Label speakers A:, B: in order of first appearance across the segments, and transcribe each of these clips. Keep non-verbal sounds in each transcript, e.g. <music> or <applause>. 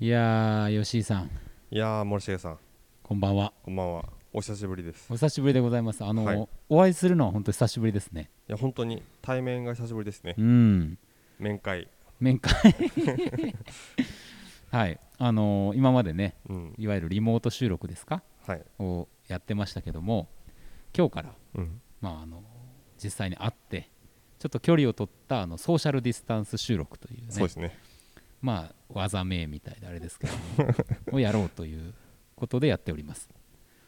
A: いやー、吉井さん、
B: いやー森重さん
A: こんばんは。
B: こんばんはお久しぶりですい
A: お久しぶりでございます。あの、
B: はい
A: お会いするのは本当久しぶりですね。
B: や本当に対面が久しぶりですね
A: うん、
B: 面会
A: 面会。 <laughs> はい、あのー今までね、
B: うん
A: いわゆるリモート収録ですか
B: はい
A: をやってましたけども、今日から、
B: うん
A: まああの実際に会って、ちょっと距離を取ったあのソーシャルディスタンス収録というね、
B: そうですね
A: まあ技名みたいであれですけど
B: <laughs>
A: もをやろうということでやっております。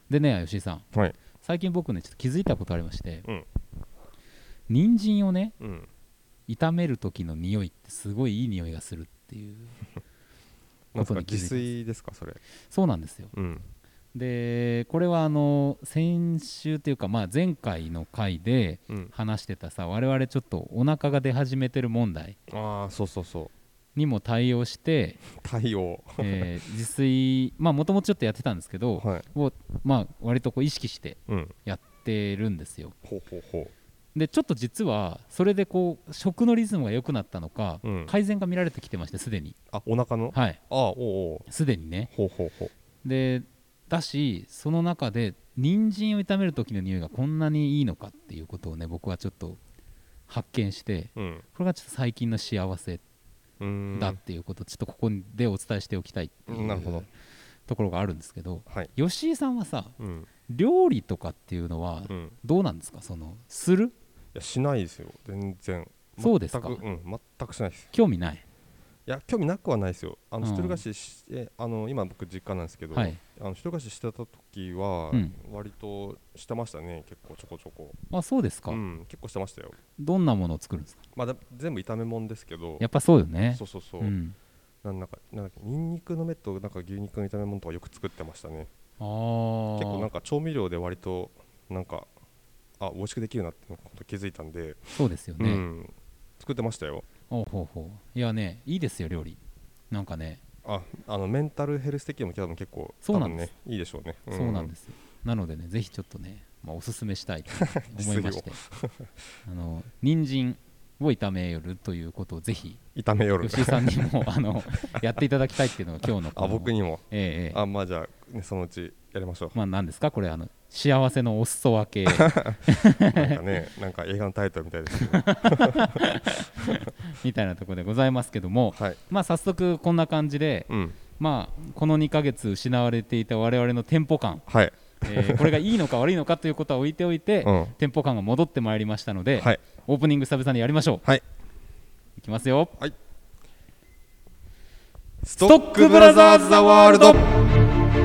A: でね、吉井さん、
B: はい
A: 最近僕ねちょっと気づいたことありまして、
B: うん
A: 人参をね
B: うん
A: 炒める時の匂いってすごいいい匂いがするっていう
B: な
A: こ
B: んす
A: と
B: か
A: に気
B: 自
A: づいたんです
B: 炊ですかそれ
A: そうなんですよ
B: うん
A: でこれはあの先週というか、まあ、前回の回で
B: うん
A: 話してたさ我々ちょっとお腹が出始めてる問題
B: ああそうそうそう
A: にも対応
B: <laughs>
A: して、
B: 太陽
A: えー自炊まあもともとちょっとやってたんですけど、
B: はい
A: をまあ割とこう意識して
B: うん
A: やってるんですよ
B: ほうほうほ
A: でちょっと実はそれでこう食のリズムが良くなったのか、
B: ううん
A: 改善が見られてきてましてすでに
B: あお腹のあ
A: はい
B: あおうおう
A: すでにね
B: ほうほうほう
A: でだしその中で人参を炒める時の匂いがこんなにいいのかっていうことをね僕はちょっと発見して
B: うん
A: これがちょっと最近の幸せ
B: うーん
A: だっていうことをちょっとここでお伝えしておきたいっていう
B: なるほど
A: ところがあるんですけど
B: はい
A: 吉井さんはさ
B: うん
A: 料理とかっていうのは
B: うんい
A: どうなんですかそのする
B: やしないですよ全然
A: そうですか
B: 全くうん全くしないです
A: 興味ない
B: いや興味なくはないですよあの、
A: うん
B: 一人暮らししえあの今僕実家なんですけど、
A: はい
B: あの一人暮らししてた時は、
A: うん
B: 割としてましたね結構ちょこちょこ
A: あそうですか、
B: うん結構してましたよ
A: どんなものを作るんですか
B: まあだ全部炒め物ですけど
A: やっぱそうよね
B: そうそうそう、
A: うん、
B: なんなんかなんかニンニクの芽となんか牛肉の炒め物とかよく作ってましたね
A: あ
B: 結構なん
A: ー
B: か調味料で割となんかあ美味しくできるなってこと気づいたんで、
A: そうですよ
B: う
A: ね、
B: ん作ってましたよ
A: おうほうほういやねいいですよ料理なんかね、
B: ああのメンタルヘルス的にも多分結構
A: そうなんです
B: 多分ねいいでしょうね、
A: そうなんですすよなのでねぜひちょっとね、まあ、おすすめしたい
B: <laughs>
A: と思いまして <laughs> あの人参を炒めるということをぜひ
B: 炒めよる
A: 吉井さんにもあのやっていただきたいっていうのが今日のこの
B: あ僕にも
A: ええええ
B: あまあじゃあ、ね、そのうちやりましょう <laughs>
A: まあ何ですかこれあの幸せのお裾分け
B: なんかねなんか映画のタイトルみたいですけど
A: みたいなところでございますけども
B: はい
A: まあ早速こんな感じで、
B: うん
A: まあ、この2ヶ月失われていた我々のテンポ感、
B: はい
A: えーこれがいいのか悪いのかということは置いておいて、
B: うん
A: テンポ感が戻ってまいりましたので、
B: はい
A: オープニング久々にやりましょう。
B: はい
A: いきますよ。
B: ス
A: トックブラザーズザワール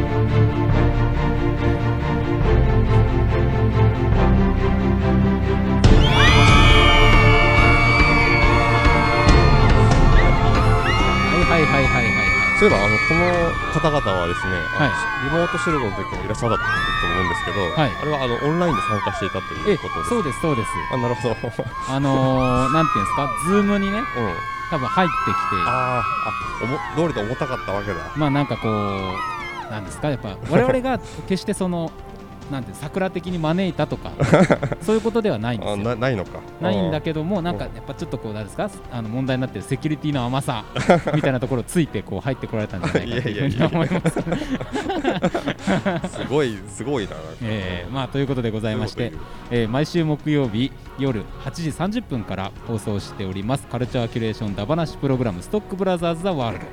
A: ドはいはいはいはいはいは
B: そういえばあのこの方々はですね、
A: は
B: あのリモート収録の時もいらっしゃったと思うんですけど、
A: はい
B: あれはあのオンラインで参加していたと
A: い。
B: い
A: え
B: うことです
A: そうですそうです。
B: あな
A: <laughs>
B: るほど
A: あのー、なんていうんですか、ズームにね、
B: うんあ
A: 多分入ってきて。
B: あーあおも道理と重たかったわけだ
A: まあなんかこうなんですかやっぱ我々が決してそのなんて桜的に招いたと <laughs> かそういうことではないんで
B: あ
A: すよ
B: なないのか
A: ないんだ
B: け
A: けどもなんかやっぱちょっとこうなんですかあの問題になってるセキュリティの甘さみたいなところをついてこう入ってこられたんじゃないかというふうに思います。
B: すごいすごいななんか
A: えーまあということでございまし
B: そう
A: て
B: うこ、
A: えー毎週木曜日夜8時30分から放送しておりますカルチャーキュレーションダバナシプログラムストックブラザーズ・ザ・ワールド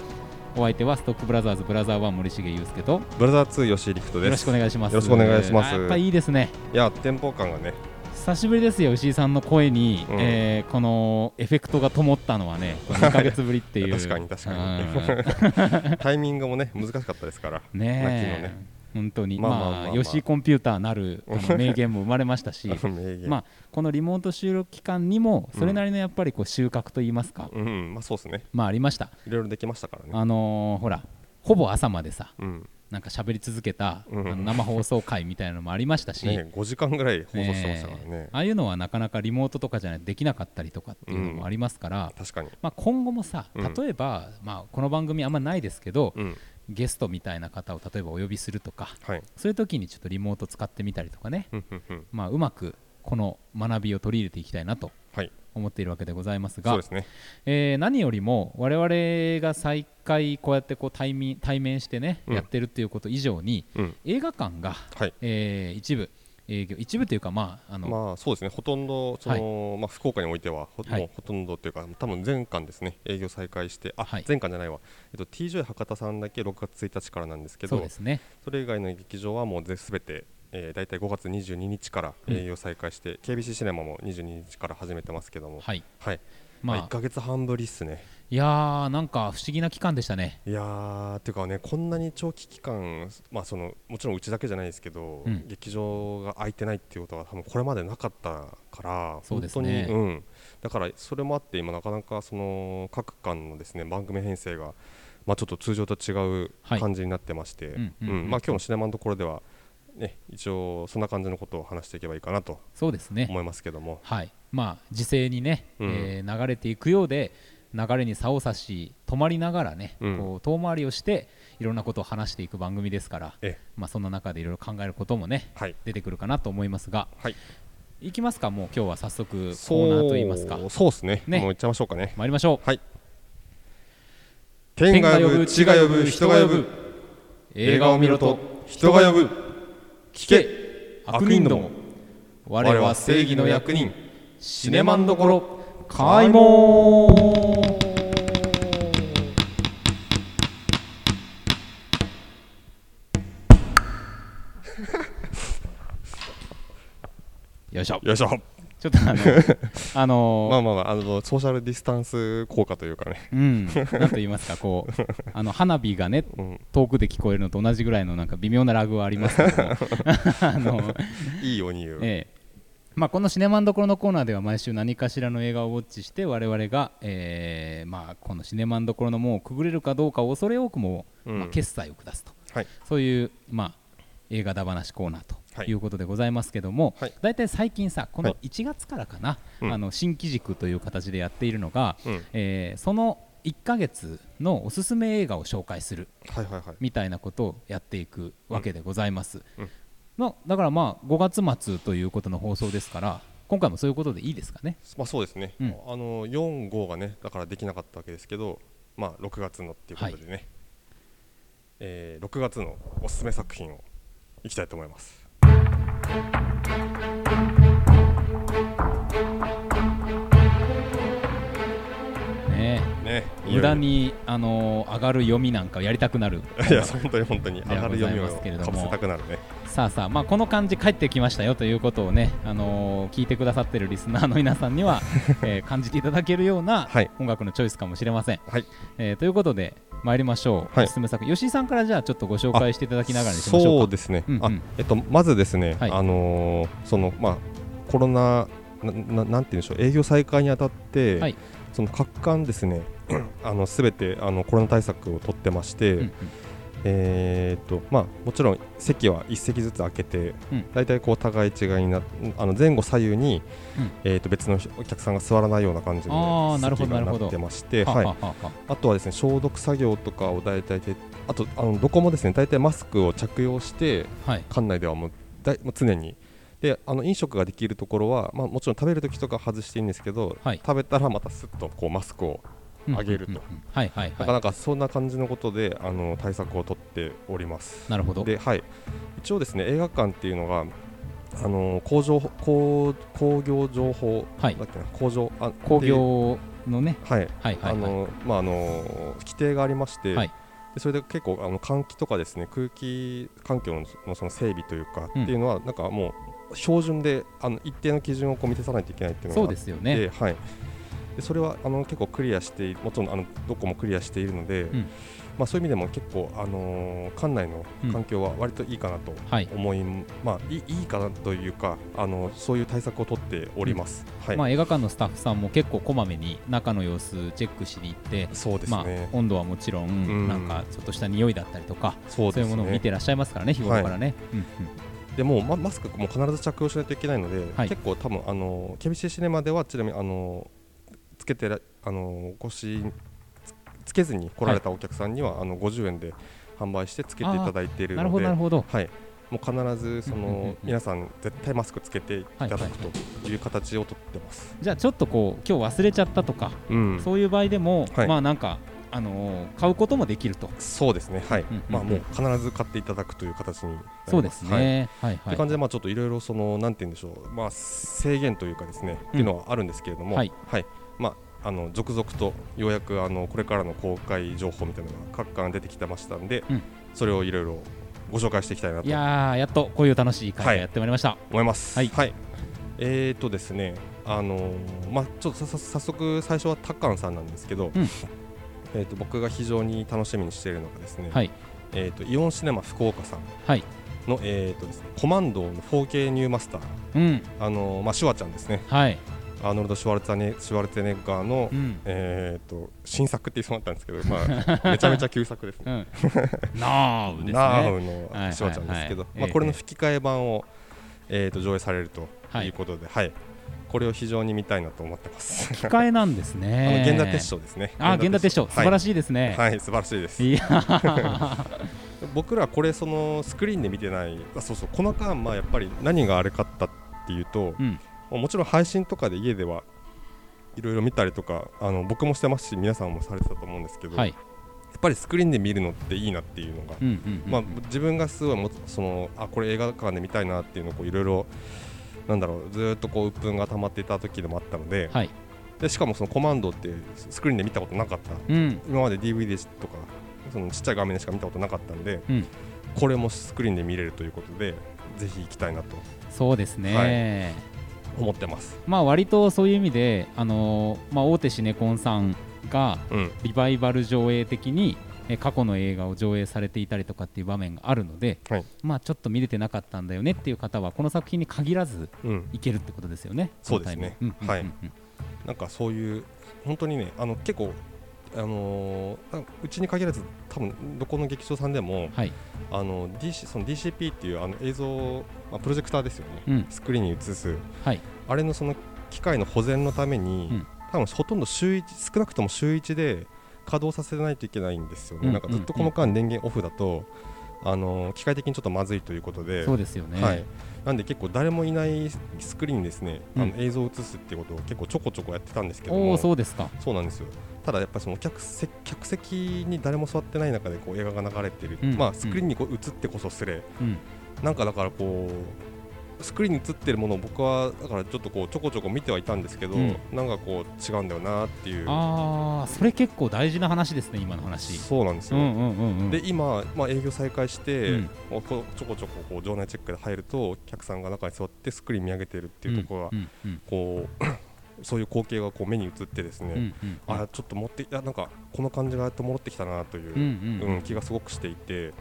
A: お相手はストックブラザーズブラザー1森重裕介と
B: と言うブラザー2吉井陸斗です
A: よろしくお願いします。
B: よろしくお願いします
A: あやっぱいいですね。
B: いやテンポ感がね
A: 久しぶりですよ、牛井さんの声に、
B: うん
A: えーこのエフェクトが灯ったのはね、これ2ヶ月ぶりっていう。
B: <laughs> 確かに確かに
A: か
B: タイミングもね難しかったですから
A: に。
B: ラッキー
A: ね
B: の
A: え、
B: ね
A: 本当に、
B: まあまあ
A: ま
B: まあ
A: あ、
B: まあ、
A: 吉井コンピューターなるあの名言も生まれましたし
B: 名言
A: まあ、このリモート収録期間にも、それなりのやっぱりこう収穫といいますか、
B: うんまあそうですね
A: まあありました。
B: いろいろできましたからね
A: あのーほら、ほぼ朝までさ、
B: うん
A: なんか喋り続けた、
B: うん
A: あの生放送会みたいなのもありましたし、
B: ね5時間ぐらい放送してましたから
A: え
B: ね
A: ーああいうのはなかなかリモートとかじゃないとできなかったりとかっていうのもありますから、
B: 確かに
A: まあ、今後もさ
B: うん
A: 例えば、まあ、この番組あんまないですけど、
B: うん
A: ゲストみたいな方を例えばお呼びするとか
B: はい
A: そういう時にちょっとリモート使ってみたりとかね、
B: うんうんうん
A: まあ、うまくこの学びを取り入れていきたいなと
B: はい
A: 思っているわけでございます
B: そう
A: が
B: で、すね
A: えー何よりも我々が再開こうやってこう対面対面してね、
B: うん
A: やってるっていうこと以上に
B: うん
A: 映画館が、
B: はい
A: えー一部営業一部というかまああの、
B: まあそうですねほとんどその、まあ福岡においてはほ,、
A: はい
B: もうほとんどというか多分前館ですね営業再開してあ、
A: はい
B: 前館じゃないわえっと TJ 博多さんだけ6月1日からなんですけ
A: そう
B: ど
A: ですね
B: それ以外の劇場はもうぜすべて、えー、大体5月22日から
A: うん
B: 営業再開して、KBC シネマも22日から始めてますけども、はい
A: はい
B: ま
A: ま
B: あ、
A: あ、
B: 1か月半ぶりっすね
A: いやーなんか不思議な期間でしたね
B: いやーっていうかねこんなに長期期間、まあ、そのもちろんうちだけじゃないですけど、
A: うん
B: 劇場が空いてないっていうことは多分これまでなかったから
A: そうですね
B: 本当に、うん、だからそれもあって今なかなかその各館のですね番組編成が、まあ、ちょっと通常と違う
A: はい
B: 感じになってまして、
A: うんうんうん
B: まあ今日のシネマのところでは、ね、一応そんな感じのことを話していけばいいかなと
A: そうですね
B: 思いますけども、
A: はいまあ時勢にね、
B: うん
A: えー流れていくようで流れに差を差し止まりながらね、
B: うん
A: こう遠回りをしていろんなことを話していく番組ですから、
B: ええ
A: まあ、その中でいろいろ考えることもね
B: はい
A: 出てくるかなと思いますが
B: はい、
A: いきますかもう今日は早速コーナーといいますか
B: そうそうですね
A: ね
B: もういっちゃいましょうかね
A: 参りましょう
B: はい天が呼ぶ地が呼ぶ人が呼ぶ
A: 映画を見ろと
B: 人が呼ぶ聞
A: 聞
B: け
A: け悪人ども我は正義の役人シネマンどころ開門よいしょ
B: よいしょ
A: ちょっとあのあのー
B: <laughs> まあまあまああのソーシャルディスタンス効果という
A: <laughs>
B: かね
A: うん、なんと言いますか、こ
B: <laughs>
A: う、あの花火がね、
B: うん
A: 遠くで聞こえるのと同じぐらいのなんか微妙なラグはありますけど
B: <laughs>
A: も、あの、
B: いいように言う、
A: ええまあ、このシネマンどころのコーナーでは毎週何かしらの映画をウォッチして我々が、えーまあ、このシネマンどころの門をくぐれるかどうかを恐れ多くも、
B: うん
A: まあ、決済を下すと
B: はい
A: そういう、まあ、映画だ話コーナーと
B: はい
A: いうことでございますけども、
B: はい
A: だいたい最近さこ
B: は
A: の
B: い
A: 1月からかな、
B: うん
A: あの新機軸という形でやっているのが、
B: うん
A: えーその1ヶ月のおすすめ映画を紹介する
B: はいはいはい
A: みたいなことをやっていくわけでございます、
B: うん
A: のだからまあ5月末ということの放送ですから今回もそういうことでいいですかね
B: まあそうですね、
A: うん
B: あの4号がねだからできなかったわけですけどまあ6月のっていうことでね、えー6月のおすすめ作品をいきたいと思います
A: ね
B: ねいよいよ
A: 無駄に、あのー上がる読みなんかやりたくなる
B: <laughs> いや本当に本当に上
A: で
B: が
A: はご
B: る
A: ざ
B: 読
A: い
B: み
A: ま
B: を
A: すけれども
B: かぶせたくなるね
A: さあさあ、まあ、この感じ帰ってきましたよということをね、あのー聞いてくださってるリスナーの皆さんに
B: <laughs>
A: は、えー感じていただけるような
B: はい
A: 音楽のチョイスかもしれません。
B: はい
A: えーということで参りましょう、
B: はい
A: おすすめ作品吉井さんからじゃあちょっとご紹介していただきながらにしましょ
B: そうう
A: か。
B: ですね、
A: うんうん
B: あえっと、まずですね、
A: はい
B: あのーそのまあ、コロナなな、なんていうんでしょう、営業再開にあたって、
A: はい
B: その各館ですね、 <clears throat> あのすべてあのコロナ対策を取ってまして、
A: うんうん
B: えーっとまあ、もちろん席は1席ずつ開けて、
A: うん
B: 大体こう互い違いになあの前後左右に、
A: うん
B: えーっと別のお客さんが座らないような感じに
A: あーなるほ
B: 席
A: どな
B: が
A: る
B: な
A: ほど
B: ってまして、
A: は
B: はい、
A: ははは
B: あとはですね消毒作業とかを大体てあとあのどこもですね大体マスクを着用して
A: はい
B: 館内ではもうだいもう常にであの飲食ができるところは、まあ、もちろん食べるときとか外していいんですけど、
A: はい
B: 食べたらまたすっとこうマスクを
A: うん
B: あげると
A: うんうんうんはいはい
B: なか
A: は
B: なかそんな感じのことであの対策を取っております
A: い。なるほど。
B: で、はい、一応ですね映画館っていうのがあの工場工工業情報
A: はい
B: だっけな、工場あ
A: 工
B: で
A: 業のね、
B: はい
A: はいはいは
B: あ
A: い。
B: のまああの規定がありまして、
A: はい
B: でそれで結構あの換気とかですね空気環境ののその整備というか、
A: うん
B: っていうのはなんかもう標準であの一定の基準をこう満たさないといけないっていうの
A: そう
B: があ
A: で
B: って
A: すよね。
B: はい、でそれはあの結構クリアしてもちろんあのどこもクリアしているので、
A: ん
B: まあ、そういう意味でも結構、あのー館内の
A: うん
B: 環境は割といいかなと
A: はい。
B: 思い、まあ、いいいいかなというか、あのそういう対策を取っております。はい
A: まあ映画館のスタッフさんも結構こまめに中の様子チェックしに行って、
B: そうです
A: まあ
B: ね、
A: 温度はもちろん
B: ん
A: なんかちょっとした匂いだったりとか
B: そう
A: そう
B: で
A: いう
B: す
A: ものを
B: ね
A: 見てらっしゃいますからね日頃からね。うんうん
B: でもうママスクも必ず着用しないといけないので、
A: はい
B: 結構多分あの厳しいシネマではちなみにあのつけてらあのごしつつけずに来られたお客さんには、あの50円で販売してつけていただいている
A: なる
B: の
A: ほ
B: で
A: どなるほど。
B: はいもう必ずそ
A: うんうんうんう
B: の
A: ん
B: 皆さん絶対マスクつけていただ
A: はい
B: くという形をとってます。
A: じゃあちょっとこう今日忘れちゃったとか、
B: うん、
A: そういう場合でも、
B: はい
A: まあなんかあのー買うこともできると。
B: そうですね。はい
A: んうんうん。
B: まあもう必ず買っていただくという形になります。
A: そうです
B: はい
A: ね。はい
B: っ
A: はい。
B: て感じで、まあ、ちょっといろいろその、なんて言うんでしょう、まあ、制限というかですね、っていうのはあるんですけれども、
A: はい
B: まあ、あの続々とようやくあのこれからの公開情報みたいなのが各館出てきてましたんで、
A: うん
B: それをいろいろご紹介していきたいなと
A: いやーやっとこういう楽しい会がやってまいりました。
B: 思います。
A: はい
B: えーとですね、あのーまあ、ちょっとささ早速、最初はタッカンさんなんですけど、
A: うん
B: えー、と僕が非常に楽しみにしているのがですね、
A: はい
B: えー、とイオンシネマ福岡さん
A: はい。
B: の、えーとですね、コマンドの 4K ニューマスター、
A: うん
B: あのーまあ、シュワちゃんですね、
A: はい。
B: アーノルド・シュワルツァネシュワルツェネッガーの、
A: うん
B: えー、と新作って言いそうになったんですけど、
A: <laughs>
B: まあ、めちゃめちゃ旧作ですね
A: う。
B: <laughs>
A: ん。ナーブですね。
B: ナー
A: は
B: ウのシュワちゃんですけど
A: はいはいは、い
B: ま
A: え
B: あ
A: え
B: これの吹き替え版をえーと上映されると
A: はい
B: いうことで、はい、これを非常に見たいなと思ってます。
A: 吹き <laughs> 替えなんです
B: あの
A: ね。
B: 源田鉄章ですね。
A: あー源田鉄章素晴ら
B: し
A: しいですね。
B: はい、はい素晴らしいです。
A: いやー
B: <laughs> 僕らこれそのスクリーンで見てない、あそうそうこの間まあやっぱり何があれかったっていうと、
A: うん
B: もうもちろん配信とかで家ではいろいろ見たりとか、あの僕もしてますし皆さんもされてたと思うんですけど、
A: は
B: や
A: い。
B: っぱりスクリーンで見るのっていいなっていうのが
A: うんうんうん。
B: まあ、自分がすごいもそのあこれ映画館で見たいなっていうのをこういろいろなんだろうずーっとこう鬱憤が溜まっていた時でもあったので,、
A: はい。
B: でしかもそのコマンドってスクリーンで見たことなかった
A: うん
B: 今まで DVD とかそのちっちゃい画面でしか見たことなかったんで、
A: うん
B: これもスクリーンで見れるということでぜひ行きたいなと
A: そうですね。
B: 思ってます。
A: まあ割とそういう意味で、あのーまあ、大手シネコンさんが
B: うん
A: リバイバル上映的にえ過去の映画を上映されていたりとかっていう場面があるので、
B: はい
A: まあ、ちょっと見れてなかったんだよねっていう方はこの作品に限らず
B: うん、
A: いけるってことですよね。
B: そうですね
A: このタイミング
B: はい
A: うんうんうん
B: なんかそういう本当にねあの結構あのーあうちに限らず多分どこの劇場さんでも、
A: はい
B: あの DC その DCP っていうあの映像、まあ、プロジェクターですよね、
A: うん
B: スクリーンに映す
A: はい
B: あれのその機械の保全のために、
A: うん
B: 多分ほとんど週一少なくとも週1で稼働させないといけないんですよね、
A: うん
B: なんかずっとこの間電源オフだと、あの機械的にちょっとまずいということで
A: そうですよね。
B: はい、なんで結構誰もいないスクリーンにですね、あ
A: う
B: の映像を映すっていうことを結構ちょこちょこやってたんですけど
A: お
B: も
A: おそうですか。
B: そうなんですよただやっぱりその客席客席に誰も座ってない中でこう映画が流れてる、
A: うん
B: まあ、スクリーンにこう映ってこそ失礼、
A: うん
B: なんかだからこうスクリーンに映ってるものを僕はだからちょっとこうちょこちょこ見てはいたんですけど、
A: うん
B: なんかこう違うんだよなっていう
A: ああそれ結構大事な話ですね今の話。
B: そうなんです
A: う
B: よ、
A: んうんうんうん。
B: で今、まあ、営業再開して、
A: うん
B: もうこうちょこちょここう場内チェックで入るとお客さんが中に座ってスクリーン見上げてるっていうところが、
A: うんうん
B: こう <coughs> そういう光景がこう目に映ってです
A: う
B: ね、
A: んうんうん
B: あちょっと持っていやなんかこの感じがやっと戻ってきたなという、
A: うんうん
B: うん、気がすごくしていて、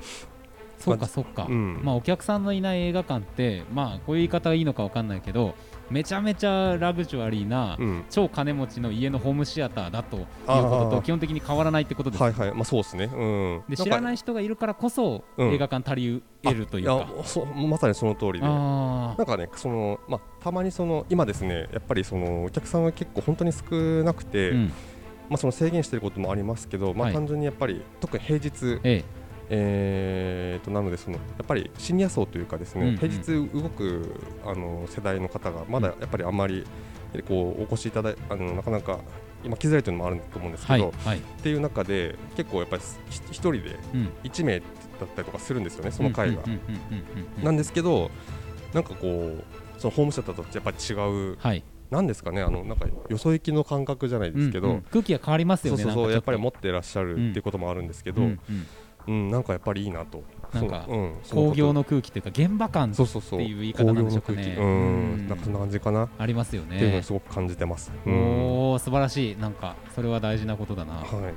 A: そうかそうか、
B: うん
A: まあ、お客さんのいない映画館って、まあ、こういう言い方がいいのかわかんないけどめちゃめちゃラグジュアリーな、
B: うん、
A: 超金持ちの家のホームシアターだというこ
B: あー
A: とと基本的に変わらないってことです、
B: はいはい、まあそうですね、うん、
A: で知らない人がいるからこそ、
B: うん
A: 映画館足り得るという
B: なん
A: か
B: かいやそうまさにその通りで、な
A: あ
B: んかね、そのまあたまにその今ですね、やっぱりそのお客さんは結構本当に少なく
A: ー、
B: て、
A: うん
B: まあその制限していることもありますけど、ま
A: は
B: あ
A: い
B: 単純にやっぱり特に平日、
A: ええ
B: えーとなのでそのやっぱりシニア層というかですね、
A: うんうん
B: 平日動くあの世代の方がまだやっぱりあんまりこうお越しいただいあのなかなか今来づらいというのもあると思うんです
A: は
B: け
A: い
B: ど、
A: はい、
B: っていう中で結構やっぱりひ一人で
A: うん、
B: 1名だったりとかするんですよねその回が
A: うんうんうんうんうん
B: なんですけどなんかこうそのホームシアターとやっぱり違う
A: はい
B: なんですかねあのなんかよそ行きの感覚じゃないですけど、
A: うんうん空気が変わります
B: そ
A: よ
B: う
A: ね
B: そうそうやっぱり
A: も
B: 持ってらっしゃるっていうこともあるんですけど、
A: う
B: うんん
A: うん
B: なんかやっぱりいいなと
A: なんか
B: そううんそういう
A: 工
B: こと
A: 業の空気というか現場感
B: そうそうそう
A: っていう言い方なんでしょうかね
B: 工業の空気
A: う
B: うんんなんかそんな感じかなっ
A: ありますよね
B: ていうのをすごく感じてます、うん
A: おお素晴らしいなんかそれは大事なことだな。
B: はい
A: うんうんうんうん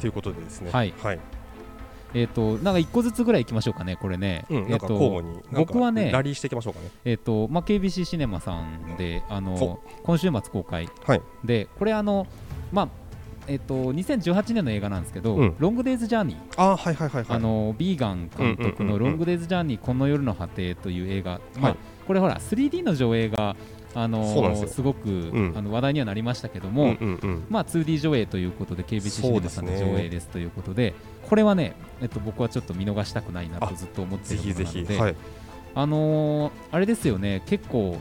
B: ということでですね
A: はい
B: はい
A: えっ、となんか一個ずつぐらい行きましょうかねこれね。
B: うん、
A: えっ
B: なんか交互
A: と
B: に、なんか
A: 僕はね
B: ラリーしていきましょうかね
A: えっ、とまあ KBC シネマさんであの
B: そ
A: 今週末公開
B: はい
A: でこれあのまあえっ、と2018年の映画なんですけど、
B: うん
A: ロングデイズジャーニー。
B: あーはいはいはいはい
A: あのビーガン監督
B: うんうんうんう
A: の「
B: ん
A: ロングデイズ・ジャーニーこの夜の果て」という映画、まあ
B: はい、
A: これほら 3D の上映があのー
B: そうなんですよ
A: ごく、
B: ん
A: あの話題にはなりましたけど
B: う
A: も、
B: んうんうん
A: まあ、2D 上映ということで KBC シ
B: そ
A: ネ
B: う
A: マ
B: で
A: さ
B: す
A: ん
B: ね
A: の上映ですということでこれはね、えっと、僕はちょっと見逃したくないなと
B: あ
A: ずっと思って
B: ぜ
A: いるも
B: ひ
A: の
B: ぜ
A: なの
B: ひ
A: で、
B: はい
A: あのーあれですよね結構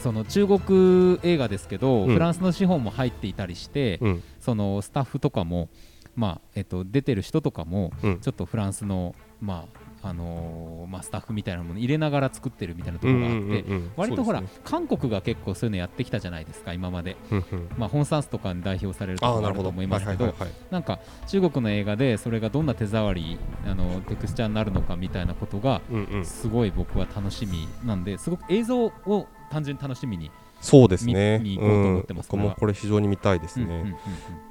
A: その中国映画ですけど、
B: うん
A: フランスの資本も入っていたりして、
B: うん
A: そのスタッフとかも、まあえっと、出てる人とかも
B: うん
A: ちょっとフランスの、まああのーまあ、スタッフみたいなもの入れながら作ってるみたいなところがあって、割とほら、韓国が結構そういうのやってきたじゃないですか今まで、
B: うんうん
A: まあ、ホン・サンスとかに代表されるところ
B: ああ
A: も
B: な
A: あ
B: る
A: ると
B: ほど
A: 思いますけ
B: は
A: ど
B: いはいはい
A: なんか中国の映画でそれがどんな手触りあのテクスチャーになるのかみたいなことが
B: うんうん
A: すごい僕は楽しみなんですごく映像を単純に楽しみに、
B: そうですね
A: 見見行こうと思ってます
B: うん僕もこれ非常に見たいです
A: うんうんうんう
B: ね
A: ん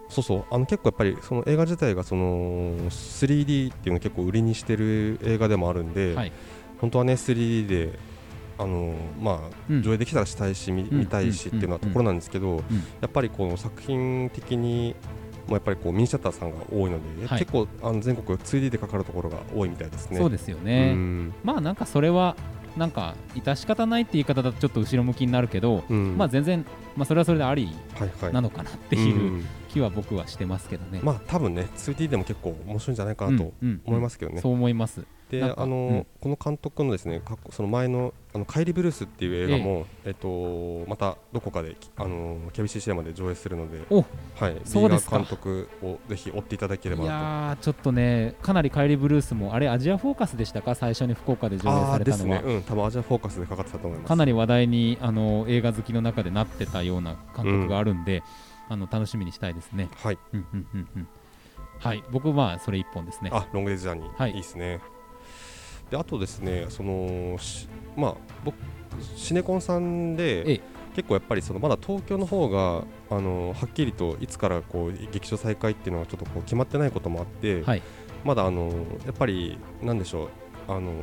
B: そうそうあの結構やっぱりその映画自体がその 3D っていうのを結構売りにしてる映画でもあるんで
A: はい
B: 本当はね 3D であのまあ
A: うん
B: 上映できたらしたいし見
A: うん
B: 見たいしっていうのはところなんですけどやっぱりこの作品的にもやっぱりこうミニシャッターさんが多いので
A: はい
B: 結構あの全国 2D でかかるところが多いみたいですね。
A: そうですよ
B: う
A: ね、
B: ん
A: まあなんかそれはなんか致し方ないって言い方だとちょっと後ろ向きになるけど、
B: うん
A: まあ全然、まあ、それはそれであり
B: はいはい
A: なのかなっていううん気は僕はしてますけどね。
B: まあ多分ね 2D でも結構面白いんじゃないかなと思いますすけどね。
A: そう思います。
B: で
A: なんか
B: あの
A: うん
B: この監督のですね過去その前のあの「カイリ・ブルース」っていう映画も、えっと、またどこかできあの KBC シネマで上映するので、
A: お
B: はい、
A: そうです
B: ビー
A: か
B: ガー監督をぜひ追っていただけ
A: い
B: ればな
A: やーちょっとねかなり「カイリーブルース」もあれアジアフォーカスでしたか最初に福岡で
B: と。
A: 上映
B: あ
A: さ
B: あー
A: れ
B: で
A: た
B: す
A: のは、
B: ね、うん、多分アジアフォーカスでかかってたと思います。
A: かなり話題にあの映画好きの中でなってたような感覚があるんで、あの楽しみにしたいですね。
B: はい、
A: うんうんうんうんはい僕はそれ一本ですね。
B: あロングデイズジャーニー、
A: はい
B: い、いですね。であとですね、そのしまあ僕シネコンさん
A: え
B: で
A: え
B: 結構やっぱりそのまだ東京の方があのはっきりといつからこう劇場再開っていうのがちょっとこう決まってないこともあって、
A: はい
B: まだあのやっぱりなんでしょう。あの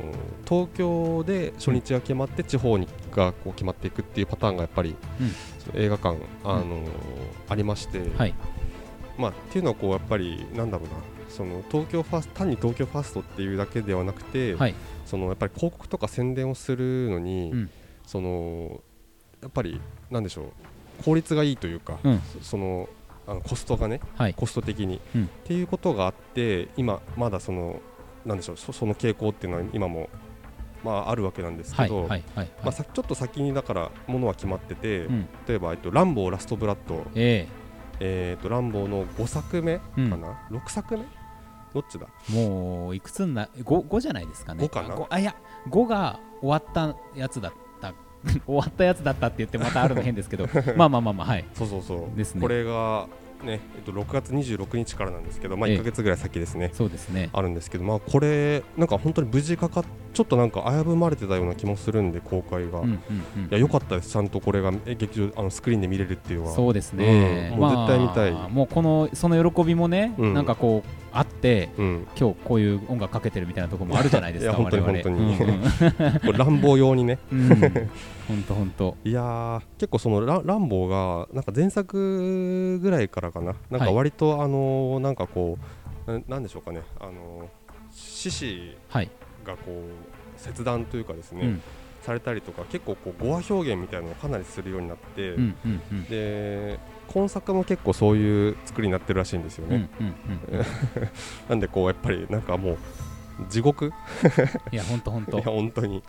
B: 東京で初日が決まって地方にがこう決まっていくっていうパターンがやっぱり、
A: うん
B: その映画館、あのありまして、
A: はい
B: まあ、っていうのはこうやっぱりなんだろうなその東京ファース単に東京ファーストっていうだけではなくて、
A: はい
B: そのやっぱり広告とか宣伝をするのに、
A: うん
B: そのやっぱりなんでしょう効率がいいというか、
A: うん
B: そそのあのコストがね
A: はい
B: コスト的に、
A: うん
B: っていうことがあって今まだそのなんでしょうそその傾向っていうのは今も、まあ、あるわけなんです
A: は
B: け
A: い
B: ど、
A: はいはい
B: まあ、さちょっと先にだからものは決まってて、
A: うん
B: 例えば、えっと「ランボーラストブラッド」
A: え
B: えー、とランボーの5作目か
A: うん
B: な、六6作目どっちだ
A: えもういくつにな 5, 5じゃないですかね
B: 5かな
A: あごあいや5が終わったやつだった <laughs> 終わったやつだったって言ってまたあるの変ですけ
B: <laughs>
A: どまあまあまあまあはい
B: そうそうそう
A: ですね
B: これが、ねえっと、6月26日からなんですけど、まあ、
A: ええ
B: 1か月ぐらい先ですね、
A: そうですね
B: あるんですけど、まあ、これなんか本当に無事かかっちょっとなんか危ぶまれてたような気もするんで公開が、
A: うんう
B: い
A: んう
B: や
A: ん
B: 良かったですちゃんとこれがえ劇場あのスクリーンで見れるっていうのは
A: そうですね、
B: うんもう絶対見たい
A: まあもうこのその喜びもね、
B: うん
A: なんかこうあって
B: うん、
A: 今日こういう音楽かけてるみたいなところもあるじゃないですか
B: いや本当に
A: 我々
B: 本当にこれ乱暴用にね <laughs>
A: うんうんうん本当本当
B: いやー結構そのラランボーがなんか前作ぐらいからかなな
A: は
B: んか
A: い
B: 割とあのーなんかこうななんでしょうかねあのー獅子
A: はい、
B: がこう切断というかですね、
A: うん
B: されたりとか結構こう語話表現みたいなのをかなりするようになって、
A: うんうんうん
B: で今作も結構そういう作りになってるらしいんですよ
A: うんう
B: ね、
A: んうん
B: なんでこうやっぱりなんかもう地獄
A: いや本当本
B: い
A: 当
B: や本当に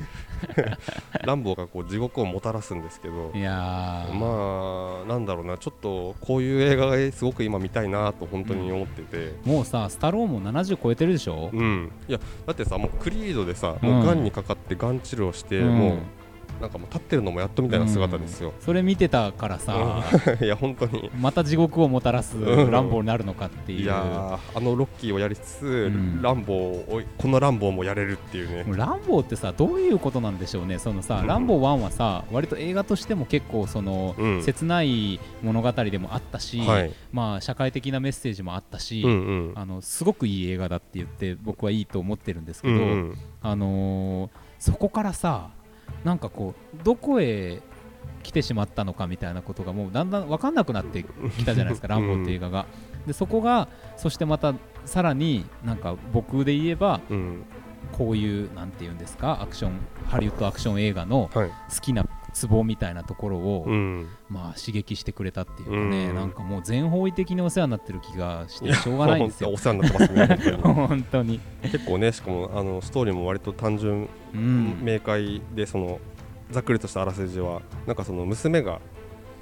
B: <laughs> ランボーがこう地獄をもたらすんですけど
A: いやー
B: まあなんだろうなちょっとこういう映画がすごく今見たいなと本当に思ってて、
A: もうさスタローンも70超えてるでしょ
B: うん、いやだってさもうクリードでさ、
A: うん
B: もうがんにかかってがん治療して、
A: うん
B: もうなんかもう立ってるのもやっとみたいな姿ですよ、
A: それ見てたからさ、
B: <laughs> いや本当に
A: また地獄をもたらす
B: うん
A: 乱暴になるのかっていう
B: いやーあのロッキーをやりつつ、
A: ん
B: ランボーをこのランボーもやれるっていうね
A: もうランボーってさどういうことなんでしょうねそのさ、
B: うん
A: ランボー1はさ割と映画としても結構その、
B: うん
A: 切ない物語でもあったし、
B: はい
A: まあ社会的なメッセージもあったし、
B: うんうん
A: あのすごくいい映画だって言って僕はいいと思ってるんですけ
B: う
A: ど、
B: んうん
A: あのーそこからさなんかこうどこへ来てしまったのかみたいなことがもうだんだん分かんなくなってきたじゃないですか「
B: <laughs>
A: ラ
B: うん
A: ンボー」っていう映画が。でそこがそしてまたさらになんか僕で言えば
B: うん
A: こういうなんて言うんですかアクションハリウッドアクション映画の
B: はい
A: 好きなツボみたいなところを、
B: うん、
A: まあ刺激してくれたっていうかね、
B: うん
A: なんかもう全方位的にお世話になってる気がし
B: い
A: て
B: や
A: しょうがないんですよ
B: 本当お世話になってますね本当に
A: 本当に、
B: 結構ねしかもあのストーリーも割と単純、
A: うん、
B: 明快でそのざっくりとしたあらすじはなんかその娘が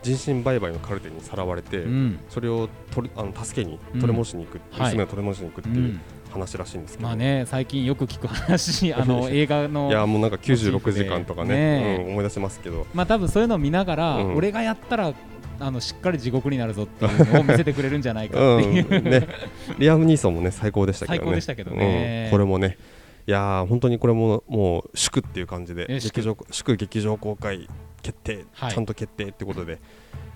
B: 人身売買のカルテにさらわれて、
A: うん、
B: それを取りあの助けに
A: うん
B: 取り戻しに行く、
A: はい
B: 娘を取り戻しに行くって
A: う、
B: いうん話らしいんですけど、
A: まあね最近よく聞く
B: <laughs>
A: 話あの映画
B: いや
A: の
B: もうなんか96時間とかね
A: ねえ
B: うん、思い出しますけど
A: まあ多分そういうのを見ながら、
B: うん
A: 俺がやったらあのしっかり地獄になるぞっていうのを見せてくれるんじゃないかっていう、
B: うんね、リアム・ニーソンもね最高でしたけどね
A: 最高でしたけどね
B: うんこれもねいやー本当にこれももう祝っていう感じで
A: え祝
B: 劇場祝劇場公開決定、
A: はい
B: ちゃんと決定ってことで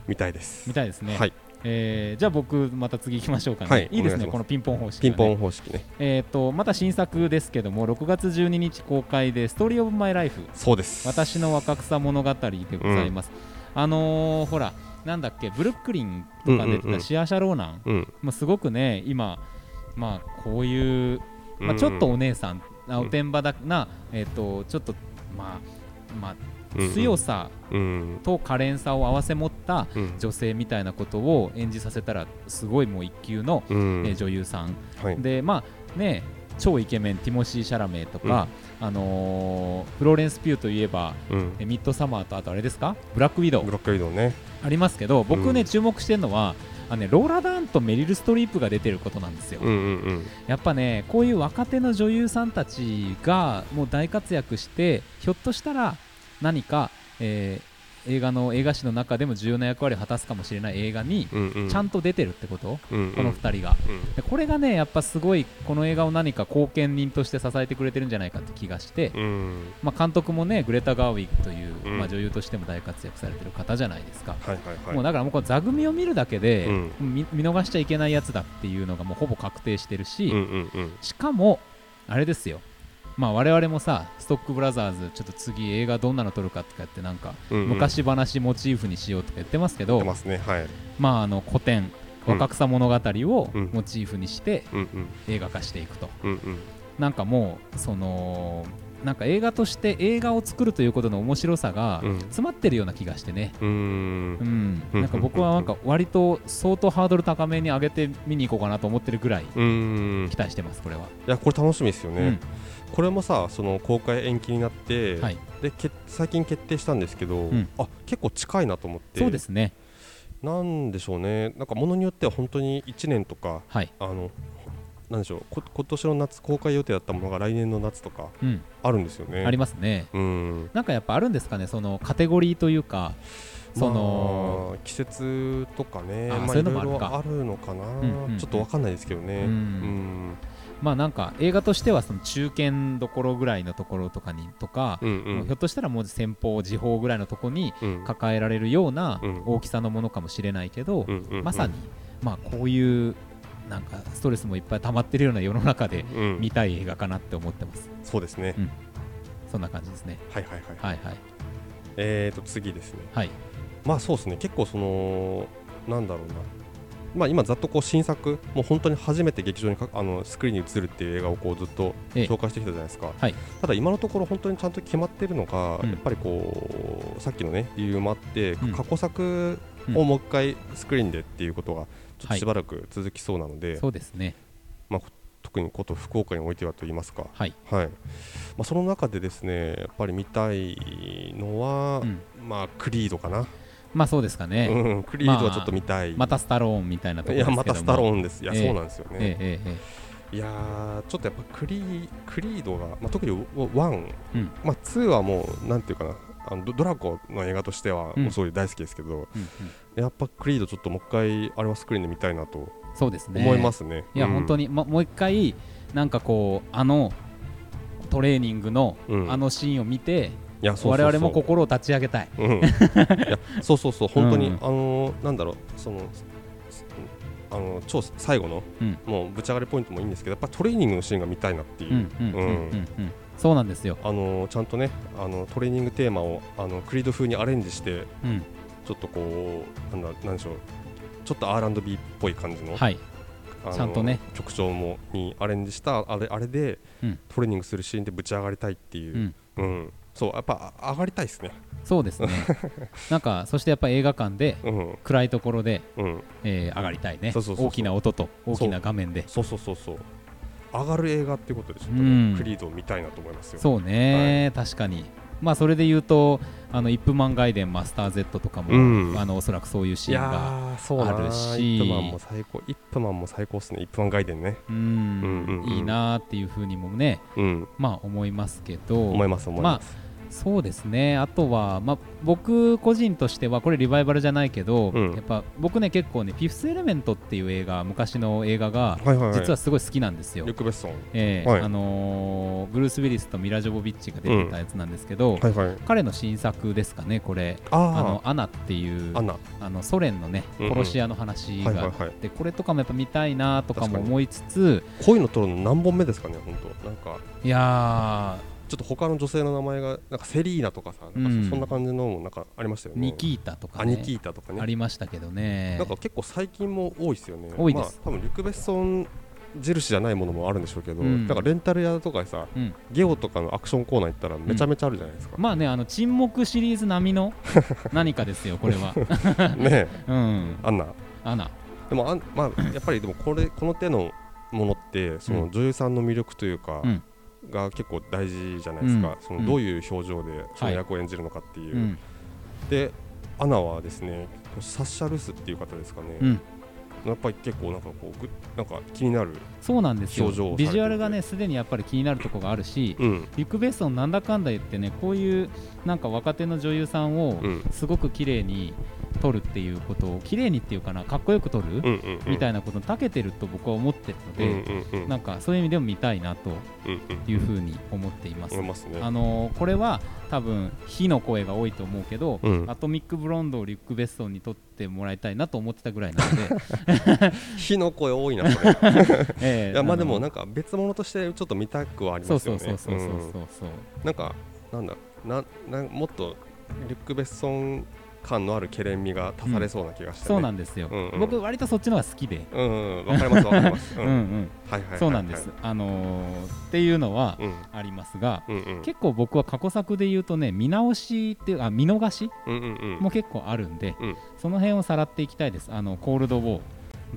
B: 見たいです
A: みたいですね、
B: はい
A: えーじゃあ僕また次行きましょうかね、
B: はい
A: い、いです
B: お願いし
A: ね
B: ます
A: このピンポン方式、ね、
B: ピンポン方式ね
A: えー、とまた新作ですけども6月12日公開で「ストーリー・オブ・マイ・ライフ
B: そうです
A: 私の若草物語」でございます、あのーほらなんだっけブルックリンとか出
B: うんう
A: て
B: んう
A: た
B: ん
A: シアシャローナン
B: うん、
A: もうすごくね今まあこういう、まあ、ちょっとお姉さん、あおてんばだな、えー、とちょっとまあまあ強
B: さ、
A: さ
B: うん
A: と可憐さを併せ持った
B: うん
A: 女性みたいなことを演じさせたらすごいもう一級の、
B: うん
A: えー女優さん
B: はい、
A: でまあね超イケメンティモシー・シャラメとか、あのーフローレンス・ピューといえば
B: うん
A: えミッドサマーとあとあれですかブラックウィド
B: ブ
A: ウ
B: ロックリードね
A: ありますけど僕ね、
B: うん
A: 注目してるのはあのねローラ・ダーンとメリル・ストリープが出てることなんですよ、
B: うんうんうん
A: やっぱねこういう若手の女優さんたちがもう大活躍してひょっとしたら何か、えー映画の映画史の中でも重要な役割を果たすかもしれない映画に
B: うんうん
A: ちゃんと出てるってこと、
B: うんうん
A: この2人が
B: うん
A: でこれがねやっぱすごいこの映画を何か貢献人として支えてくれてるんじゃないかって気がして、
B: うん
A: まあ、監督もねグレタ・ガーウィグという、
B: うん
A: まあ、女優としても大活躍されてる方じゃないですか、
B: はいはいはい
A: もうだからもうこの座組を見るだけで、
B: うん
A: 見見逃しちゃいけないやつだっていうのがもうほぼ確定してるし、
B: うんうんうん
A: しかもあれですよまあ我々もさストックブラザーズちょっと次映画どんなの撮るかとかやってなんか
B: うんうん
A: 昔話モチーフにしようとか言ってますけど、
B: 出ますねはい
A: まああの古典
B: うん
A: 若草物語を
B: うん
A: モチーフにして
B: うんうん
A: 映画化していくと、
B: うんうん
A: なんかもうそのなんか映画として映画を作るということの面白さが
B: うん
A: 詰まってるような気がしてね、
B: うー
A: う
B: ん
A: ん、
B: うん
A: なんか僕はなんか割と相当ハードル高めに上げて見に行こうかなと思ってるぐらいう
B: ーんい
A: 期待してますこれは、
B: やこれ楽しみですよ
A: う
B: ね
A: ん、
B: これもさその公開延期になって、
A: はい
B: でけ最近決定したんですけど、
A: ん
B: あ結構近いなと思って
A: そうですね
B: なんでしょうねなんかものによっては本当に1年とか
A: はい
B: あのなんでしょうこ今年の夏公開予定だったものが来年の夏とか
A: うん、
B: あるんですよね
A: ありますね
B: うーん
A: なんかやっぱあるんですかね、そのカテゴリーというか、その、
B: まあ季節とかね
A: あー
B: ま
A: そ
B: あ
A: うい
B: いう
A: のも
B: ろ
A: あ
B: い
A: るか
B: ろあるのかな、
A: んうん
B: ちょっとわかんないですけどね
A: うん
B: うん
A: まあなんか映画としてはその中堅どころぐらいのところとかにとか、
B: うんう
A: もうひょ
B: ん
A: っとしたらもう先方、時報ぐらいのとこに
B: うん
A: 抱えられるような
B: うん
A: 大きさのものかもしれないけど、
B: うんうんうん
A: まさに、まあこういうなんかストレスもいっぱい溜まってるような世の中で
B: うん
A: 見たい映画かなって思ってます。
B: そうですね、
A: そんな感じですね。
B: はいはいはい、
A: はいはい
B: えーと次ですね
A: はい。
B: まあそうですね結構そのなんだろうなまあ今ざっとこう新作もう本当に初めて劇場にかあのスクリーンに映るっていう映画をこうずっと
A: ええ
B: 紹介してきたじゃないですか、
A: はい
B: ただ今のところ本当にちゃんと決まってるのが、
A: うん
B: やっぱりこうさっきのね理由もあって、
A: うん
B: 過去作をもう一回スクリーンでっていうことがちょっとしばらく続きそうなので、
A: そうですね。
B: 特にこと福岡においてはと言いますか、
A: はい。
B: はいまあ、その中でですねやっぱり見たいのは、
A: うん
B: まあクリードかな、
A: まあそうですかね。
B: うん、クリードはちょっと見たい、
A: またスタローンみたいなところ
B: い
A: ですけ
B: や
A: ども。
B: またスタローンです。いや、
A: ええ
B: そうなんですよ
A: え
B: ね。
A: ええええ
B: いやーちょっとやっぱクリークリードが、まあ、特にワン、
A: うん
B: まあツーはもうなんていうかな。あのドドラゴの映画としては
A: うん
B: もうすごい大好きですけど、
A: えうん
B: やっぱクリードちょっともう一回あれはスクリーンで見たいなと
A: うんそうですね。
B: 思いますね。
A: いや、本当
B: に、
A: に、ま、もう一回なんかこうあのトレーニングの、
B: うん
A: あのシーンを見て
B: いやそうそうそう
A: 我々も心を立ち上げたい、
B: うん、いやそうそ
A: <laughs>
B: うそう本当に、
A: うん
B: あのーなんだろうそのすあの超最後の、
A: うん
B: もうぶち上がりポイントもいいんですけどやっぱトレーニングのシーンが見たいなっていう
A: う、んうんうんうんうん、そうなんですよ、
B: あのちゃんとねあのトレーニングテーマをあのクリード風にアレンジして
A: うん、
B: ちょっとこうなんだなんでしょうちょっと R&B っぽい感じの,、
A: はい
B: あの
A: ちゃんとね
B: 曲調もにアレンジしたあれあれで、
A: うん
B: トレーニングするシーンでぶち上がりたいっていうう、
A: ん
B: うんそうやっぱあ上がりたいですね
A: そうです
B: <laughs>
A: ねなんかそしてやっぱ映画館で
B: うん
A: 暗いところで、
B: うん
A: えー上がりたいね
B: そうそうそうそう
A: 大きな音と大きな画面で
B: そうそうそうそう上がる映画ってことでちょっ
A: う
B: と
A: ん
B: ねクリードを見たいなと思いますよ
A: そうね、確かにまあそれで言うとあのイップマンガイデンマスター Z とかも、
B: うん
A: あのおそらくそういうシ
B: い
A: ーン
B: や
A: が
B: ーそうなー
A: あるし
B: イップマンも最高イップマンも最高っすねイップマンガイデンね
A: うん
B: うんうんうん
A: いいなーっていうふうにもね
B: うん
A: まあ思いますけど
B: 思います思います、
A: そうですねあとは、まあ、僕個人としてはこれリバイバルじゃないけど、
B: うん
A: やっぱ僕ね結構ね「フィフスエレメント」っていう映画昔の映画が
B: はいはいはい
A: 実はすごい好きなんですよ。
B: リュック・ベッソン
A: えー
B: はい
A: あのーブルース・ウィリスとミラ・ジョボビッチが出てたやつなんですけど、
B: はいはい
A: 彼の新作ですかねこれ「
B: あ
A: あ
B: あ
A: のアナ」っていう
B: アナ
A: あのソ連のね
B: うんうん
A: 殺し屋の話
B: はい
A: が
B: は
A: あ
B: い
A: って、
B: はい
A: これとかもやっぱ見たいなとか
B: 確か
A: も
B: に
A: 思いつつ
B: 恋のトロの何本目ですかね本当なんか
A: いや
B: ちょっと他の女性の名前がなんかセリーナとかさなんかそ,、
A: うん
B: んな感じのもなんかありましたよ
A: ー
B: ね
A: ニキータとか
B: あ
A: ね
B: ニキータとかね
A: ありましたけどね
B: なんか結構最近も多いですよね
A: 多いです
B: まあ、多分リュック・ベッソン印じゃないものもあるんでしょうけど、
A: うん
B: なんかレンタル屋とかさ、
A: うん
B: ゲオとかのアクションコーナー行ったらめちゃめちゃあるじゃないですか、
A: まあねあの沈黙シリーズ並み
B: <laughs>
A: の何かですよこれは
B: ねえ
A: うん
B: あんな
A: アナ
B: でもあん、まあ、やっぱりでもこれこの手のものってその女優さんの魅力というか、
A: うん
B: が結構大事じゃないですか、
A: うん
B: そうの
A: ん
B: どういう表情でその役を演じるのかっていう、
A: うん
B: でアナはですねサッシャ・ルスっていう方ですかね、
A: うん
B: やっぱり結構なんかこうぐなんか気になる、
A: そうなんですよ
B: 表情をされて
A: ビジュアルがねすでにやっぱり気になるとこがあるし
B: うん
A: リュック・ベッソンなんだかんだ言ってねこういうなんか若手の女優さんを
B: うん、
A: すごく綺麗に撮るっていうことを綺麗にっていうかなかっこよく撮る、
B: うんうんうん
A: みたいなことに長けてると僕は思ってるので、
B: うんうんうん
A: なんかそういう意味でも見たいなと
B: うんうん
A: いうふうに思っています、
B: 思いますね
A: あのーこれは多分火の声が多いと思うけど、
B: うん
A: アトミックブロンドをリュック・ベストンに撮ってもらいたいなと思ってたぐらいなの
B: <laughs>
A: で、
B: 火の声多いなそ
A: <laughs>
B: れい
A: ええ
B: やま
A: の
B: あでもなんか別物としてちょっと見たくはあり
A: そう
B: ます
A: そ
B: よ
A: う
B: ね
A: そうそうそう
B: うん
A: そうそう
B: なんかなんだななもっとリュック・ベッソン感のあるケレン味が足されそうな気がして、ね
A: そうなんんですよ、
B: うんうん
A: 僕割とそっちの方が好きで、
B: うんうんわかりますわかります、う
A: うんんう
B: はい
A: ん、
B: はいはいはい
A: そうなんです、あのーっていうのは
B: うん
A: ありますが、
B: うんうん
A: 結構僕は過去作で言うとね見直しっていうか見逃し
B: うんうんうん
A: も結構あるんで、
B: うん
A: その辺をさらっていきたいですあのコールドウォー
B: あ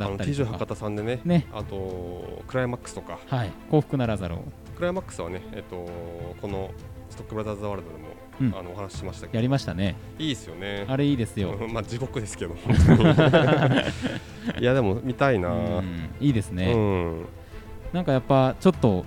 A: だっ
B: の
A: たり
B: T10
A: とか
B: 博多さんでね
A: ね
B: あとクライマックスとか
A: はい幸福ならざるを
B: クライマックスはねえっとこのストックブラザーズワールドでも、
A: うん
B: あのお話ししましたけ
A: や
B: ど
A: りましたね
B: いいですよね
A: あれいいですよ、
B: <laughs> まあ地獄ですけど本当にいやでも見たいな
A: うん、いいです
B: う
A: ね、
B: ん
A: なんかやっぱちょっと、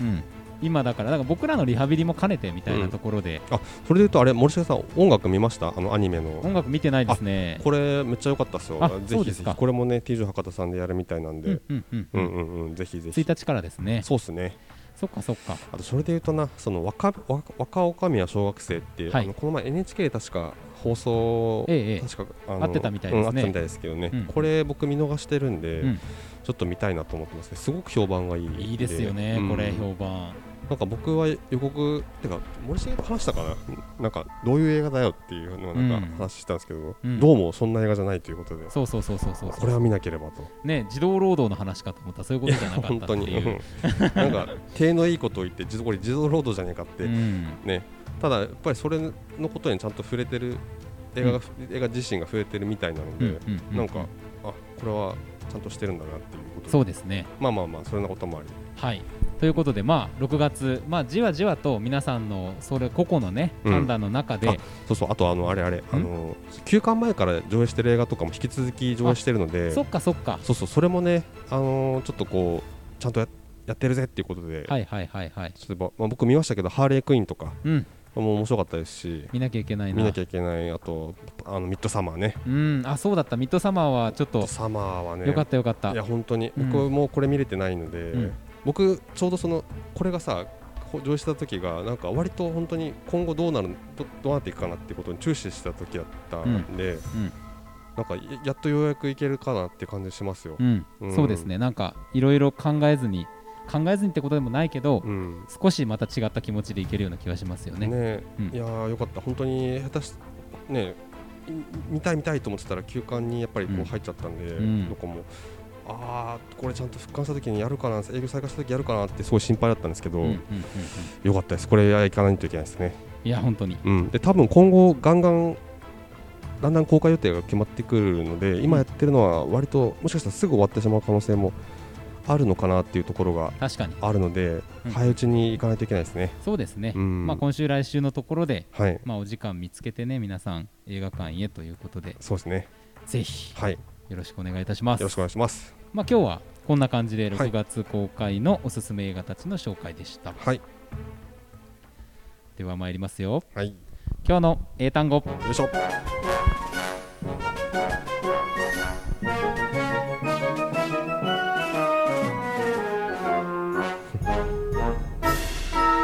A: うん、今だからだから僕らのリハビリも兼ねてみたいなところで、
B: それでいうとあれ森重さん音楽見ましたあのアニメの
A: 音楽見てないですね
B: これめっちゃ良かったですよ
A: あ
B: ぜ
A: そ
B: ひ
A: うで
B: ぜ
A: す
B: ひ
A: か
B: これもね T10 博多さんでやるみたいな
A: う
B: ん
A: ん
B: で
A: うんうん
B: うんうんうんぜひぜひ
A: 1日からですね
B: そうっすね
A: そっかそっか
B: あとそれで言うとなその若若若女将は小学生って、
A: はい
B: あのこの前 NHK で確か放送
A: ええええ
B: 確かあ
A: 合ってたみたいですね
B: うん合ってたみたいですけどね、
A: うん
B: これ僕見逃してるんで、
A: うん
B: ちょっと見たいなと思ってますねすごく評判がいいん
A: いいですよね、
B: うん
A: これ評判
B: なんか僕は予告てか森重と話したかななんかどういう映画だよっていうのをなん
A: うん
B: か話したんですけど、
A: うん
B: どうもそんな映画じゃないということで、
A: そうそうそうそうそう
B: これは見なければと
A: ね児童労働の話かと思ったらそういうことじゃなかっ
B: <laughs> 本
A: たって
B: 当に
A: いう
B: うんなんか手のいいことを言って自これ自動労働じゃねえかって、
A: うん
B: ねただやっぱりそれのことにちゃんと触れてる映画が、映画自身が触れてるみたいなので、
A: うんうう
B: なんかあこれはちゃんとしてるんだなっていうことで
A: そうですね
B: まあまあまあそれなこともあり
A: はいということでまあ6月まあじわじわと皆さんのそれ個々のね
B: うん
A: 判断の中で、
B: そうそうあとあのあれあれあの休館前から上映してる映画とかも引き続き上映してるので
A: そっかそっか
B: そうそうそれもねあのーちょっとこうちゃんとややってるぜっていうことで、
A: はいはいはいはい
B: 例えば、まあ、僕見ましたけどハーレークイーンとか
A: うん
B: もう面白かったですし
A: 見なきゃいけないな
B: 見なきゃいけないあとあのミッドサマーね
A: うんあそうだったミッドサマーはちょっと
B: サマーはね
A: よかったよかった
B: いや本当に、
A: うん
B: 僕もこれ見れてないので、
A: うん
B: 僕ちょうどそのこれがさこ上映した時がなんか割と本当に今後どうなるどどうなっていくかなってことに注視した時だったんで、
A: うん
B: なんかややっとようやくいけるかなって感じしますよ
A: う。ん、
B: うん
A: そうですねなんかいろいろ考えずに考えずにってことでもないけど、
B: うん
A: 少しまた違った気持ちでいけるような気がしますよね
B: ね
A: うん
B: いやーよかった本当に下手しねい見たい見たいと思ってたら休館にやっぱりこ
A: う
B: うん入っちゃったんで、
A: ん
B: どこも。あーこれちゃんと復刊した時にやるかな営業再開した時やるかなってすごい心配だったんですけど、
A: うんうんうんうん
B: よかったですこれは行かないといけないですね
A: いや本当に
B: うん、で多分今後ガンガンだんだん公開予定が決まってくるので今やってるのは割ともしかしたらすぐ終わってしまう可能性もあるのかなっていうところが
A: 確かに
B: あるので、
A: うん
B: 早いうちに行かないといけないですね。
A: そうですね、
B: うん
A: まあ、今週来週のところで、
B: はい
A: まあ、お時間見つけてね皆さん映画館へということで
B: そうですね。
A: ぜひ
B: はい、よ
A: よろしくお願いいたします
B: ろしくお願いします。
A: まあ、今日はこんな感じで
B: はい
A: 6月公開のおすすめ映画たちの紹介でした、
B: はい、
A: では参りますよ
B: はい、よ
A: 今日の英単語
B: いしょ。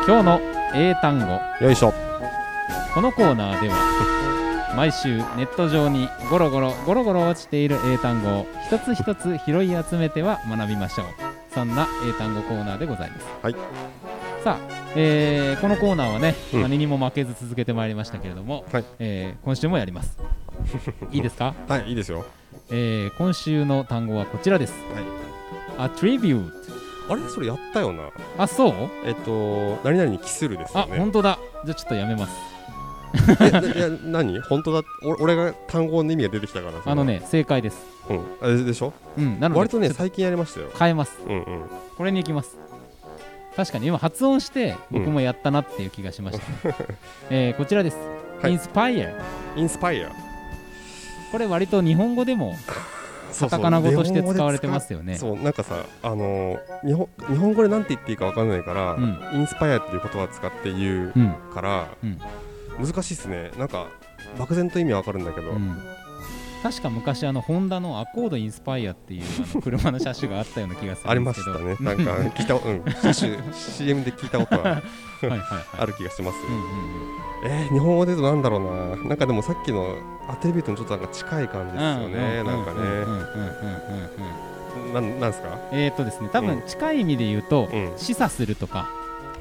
A: 今日の英単語
B: よいしょ。
A: このコーナーでは毎週ネット上にゴロゴロゴロゴロ落ちている英単語を一つ一つ拾い集めては学びましょうそんな英単語コーナーでございます、
B: はい
A: さあ、えーこのコーナーはね、
B: うん
A: 何にも負けず続けてまいりましたけれども、
B: はい
A: えー今週もやり
B: <laughs>
A: ますいいですか、
B: はい、いいですよ。
A: えー今週の単語はこちらです、はい、attribute
B: あれ、それやったよな。
A: あそう
B: えっと、何々に期するです
A: あ、
B: よね。
A: 本当だじゃあちょっとやめます
B: えないや、何、本当だ。お俺が単語の意味が出てきたから。そ
A: あの。ね正解です
B: うん、あれでしょ
A: うんなので
B: 割とね、
A: ちょっ
B: 最近やりましたよ
A: と。変えます
B: うん、うん。
A: これに行きます確かに今発音して
B: うん
A: 僕もやったなっていう気がしました、
B: <laughs>
A: えーこちらです、
B: はい
A: インスパイア
B: インスパイア。
A: これ割と日本語でも
B: そ
A: カ
B: うそ
A: タ
B: う
A: カナ語として使われてますよね
B: そうなんかさあのー日本日本語でなんて言っていいかわかんないから、
A: う
B: インスパイアっていう言葉を使って言
A: うん
B: うから、
A: うん
B: 難しいっすねなんか漠然と意味はわかるんだけど、
A: うん確か昔あのホンダのアコードインスパイアっていうあの車の車種があったような気がす
B: あり
A: るんで
B: ますし
A: けど
B: たねなんか聞いたうん歌手 CM で聞いたことは
A: はいはいはい
B: ある気がします、
A: うんうん
B: えー日本語で言うとなんだろうななんかでもさっきのアトリビュートにちょっとなんか近い感じですよ
A: うん
B: ね、なんかね、
A: うんうんうんうんうんうん
B: なんなんすか
A: えーっとですね多分
B: う
A: 近い意味で言うと
B: うん
A: 示唆するとか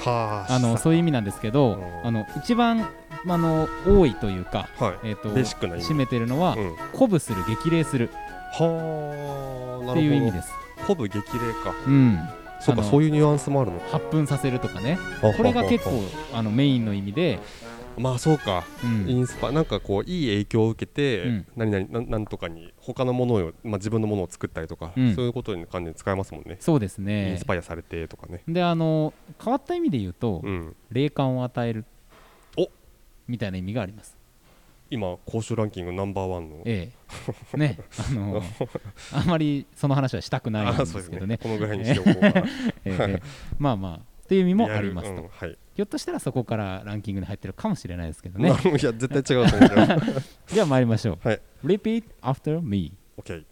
B: はあ
A: あのそういう意味なんですけど、
B: うん
A: あの一番あの多いというか、
B: はい
A: えー、と
B: ベーシックな意味
A: 占めてるのは、
B: うんは
A: 鼓舞する激励する
B: あな
A: っていう意味
B: るほど
A: です、
B: 鼓舞激励か
A: うん、
B: そうか
A: あの
B: そういうニュアンスもあるの
A: 発奮させるとかね
B: こ
A: これが結構あのメインの意味で、
B: まあそうか、
A: う
B: イ
A: ん
B: ンスパなんかこういい影響を受けて、
A: うん
B: 何々なんなんとかに他のものを、まあ、自分のものを作ったりとか、
A: うん
B: そういうことに関連使えますもんね、
A: そうです
B: イン
A: ね
B: スパイアされてとかね
A: であの変わった意味で言うと、
B: うん
A: 霊感を与える
B: お
A: みたいな意味があります
B: 今公衆ランキングナンバーワンの
A: ええね
B: <laughs>
A: あのあんまりその話はしたくないん
B: <laughs> あ
A: で
B: そうですす
A: けど
B: ね
A: ね
B: このぐらいにしておこうかな
A: ええええまあまあっていう意味もあります
B: リア
A: と
B: ルうんはい、
A: ひょっとしたらそこからランキングに入ってるかもしれないですけど
B: な
A: ね
B: <laughs> い。や絶対違うと思うけ
A: <laughs>
B: ど
A: では参りましょう。
B: はい
A: Repeat after me.
B: OK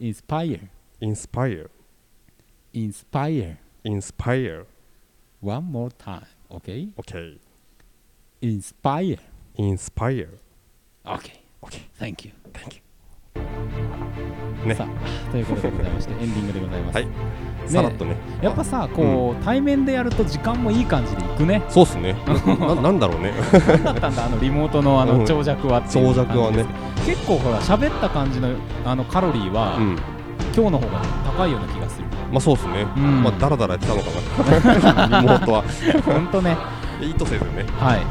A: Inspire.
B: インスパイア
A: Inspire.
B: インスパイア
A: One more time. Okay?
B: OK
A: Inspire.
B: インスパイア
A: Okay.
B: OK
A: Thank you.
B: Thank you ね
A: さあ、ということでございまして、エンディングでございます。
B: はいさらっとね
A: やっぱさ、こう、対面でやると時間もいい感じでいくね。
B: そうっすね。ななんだろう
A: <laughs>
B: ね。
A: 何だったんだ、あのリモートのあ
B: う
A: の
B: ん
A: 長尺はっていう
B: 長尺はね
A: 感じです。結構ほら、喋った感じのあのカロリーは、
B: うん。
A: 今日の方が高いような気がする。
B: まあそうっすね。
A: ん
B: まあダラダラやってたのかな。 <laughs> リモートは。
A: ほんとね。
B: 意図せずね。
A: はい。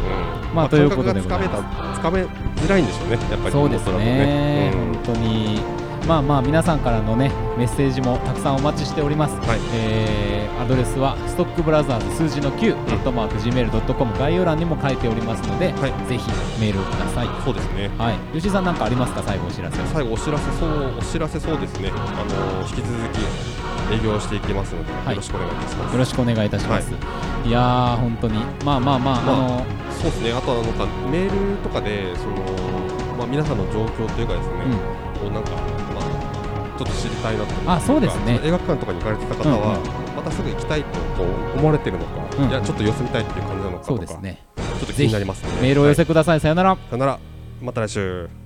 B: うん。
A: まあということでござい
B: 感覚がつかめた、つかめづらいんでしょうね。やっぱり
A: そうですね、
B: リモートだ
A: 本当
B: とね
A: に、まあまあ、皆さんからのねメッセージもたくさんお待ちしております。
B: うんはい。
A: えーアドレスはストックブラザーズ数字の9、アットマーク Gmail.com 概要欄にも書いておりますので、
B: はい
A: ぜひメールをください。
B: そうですね。
A: はい、吉井さん、なんかありますか、最後お知らせ。
B: 最後お知らせそうお知らせそうですね。あの引き続き営業していきますので、
A: い
B: よろしくお願いいたします。
A: よろしくお願いいたします。い、やー、本当に、まあまあまあ、
B: ま
A: あ、の、
B: そうですね。あとはなんかメールとかでそのまあ皆さんの状況というかですね。
A: うん、
B: をなんか、まあ、ちょっと知りたいなと思って
A: あそうですね
B: 映画館とかに行かれてた方は、またすぐ行きたいとこう思われてるのか、
A: うん
B: いやちょっと様子見たいっていう感じなのか
A: そ
B: と
A: う
B: か
A: ですね。
B: ちょっと気になりますね
A: メールをお寄
B: は
A: せ
B: い
A: ください、さよなら。
B: さよならまた来週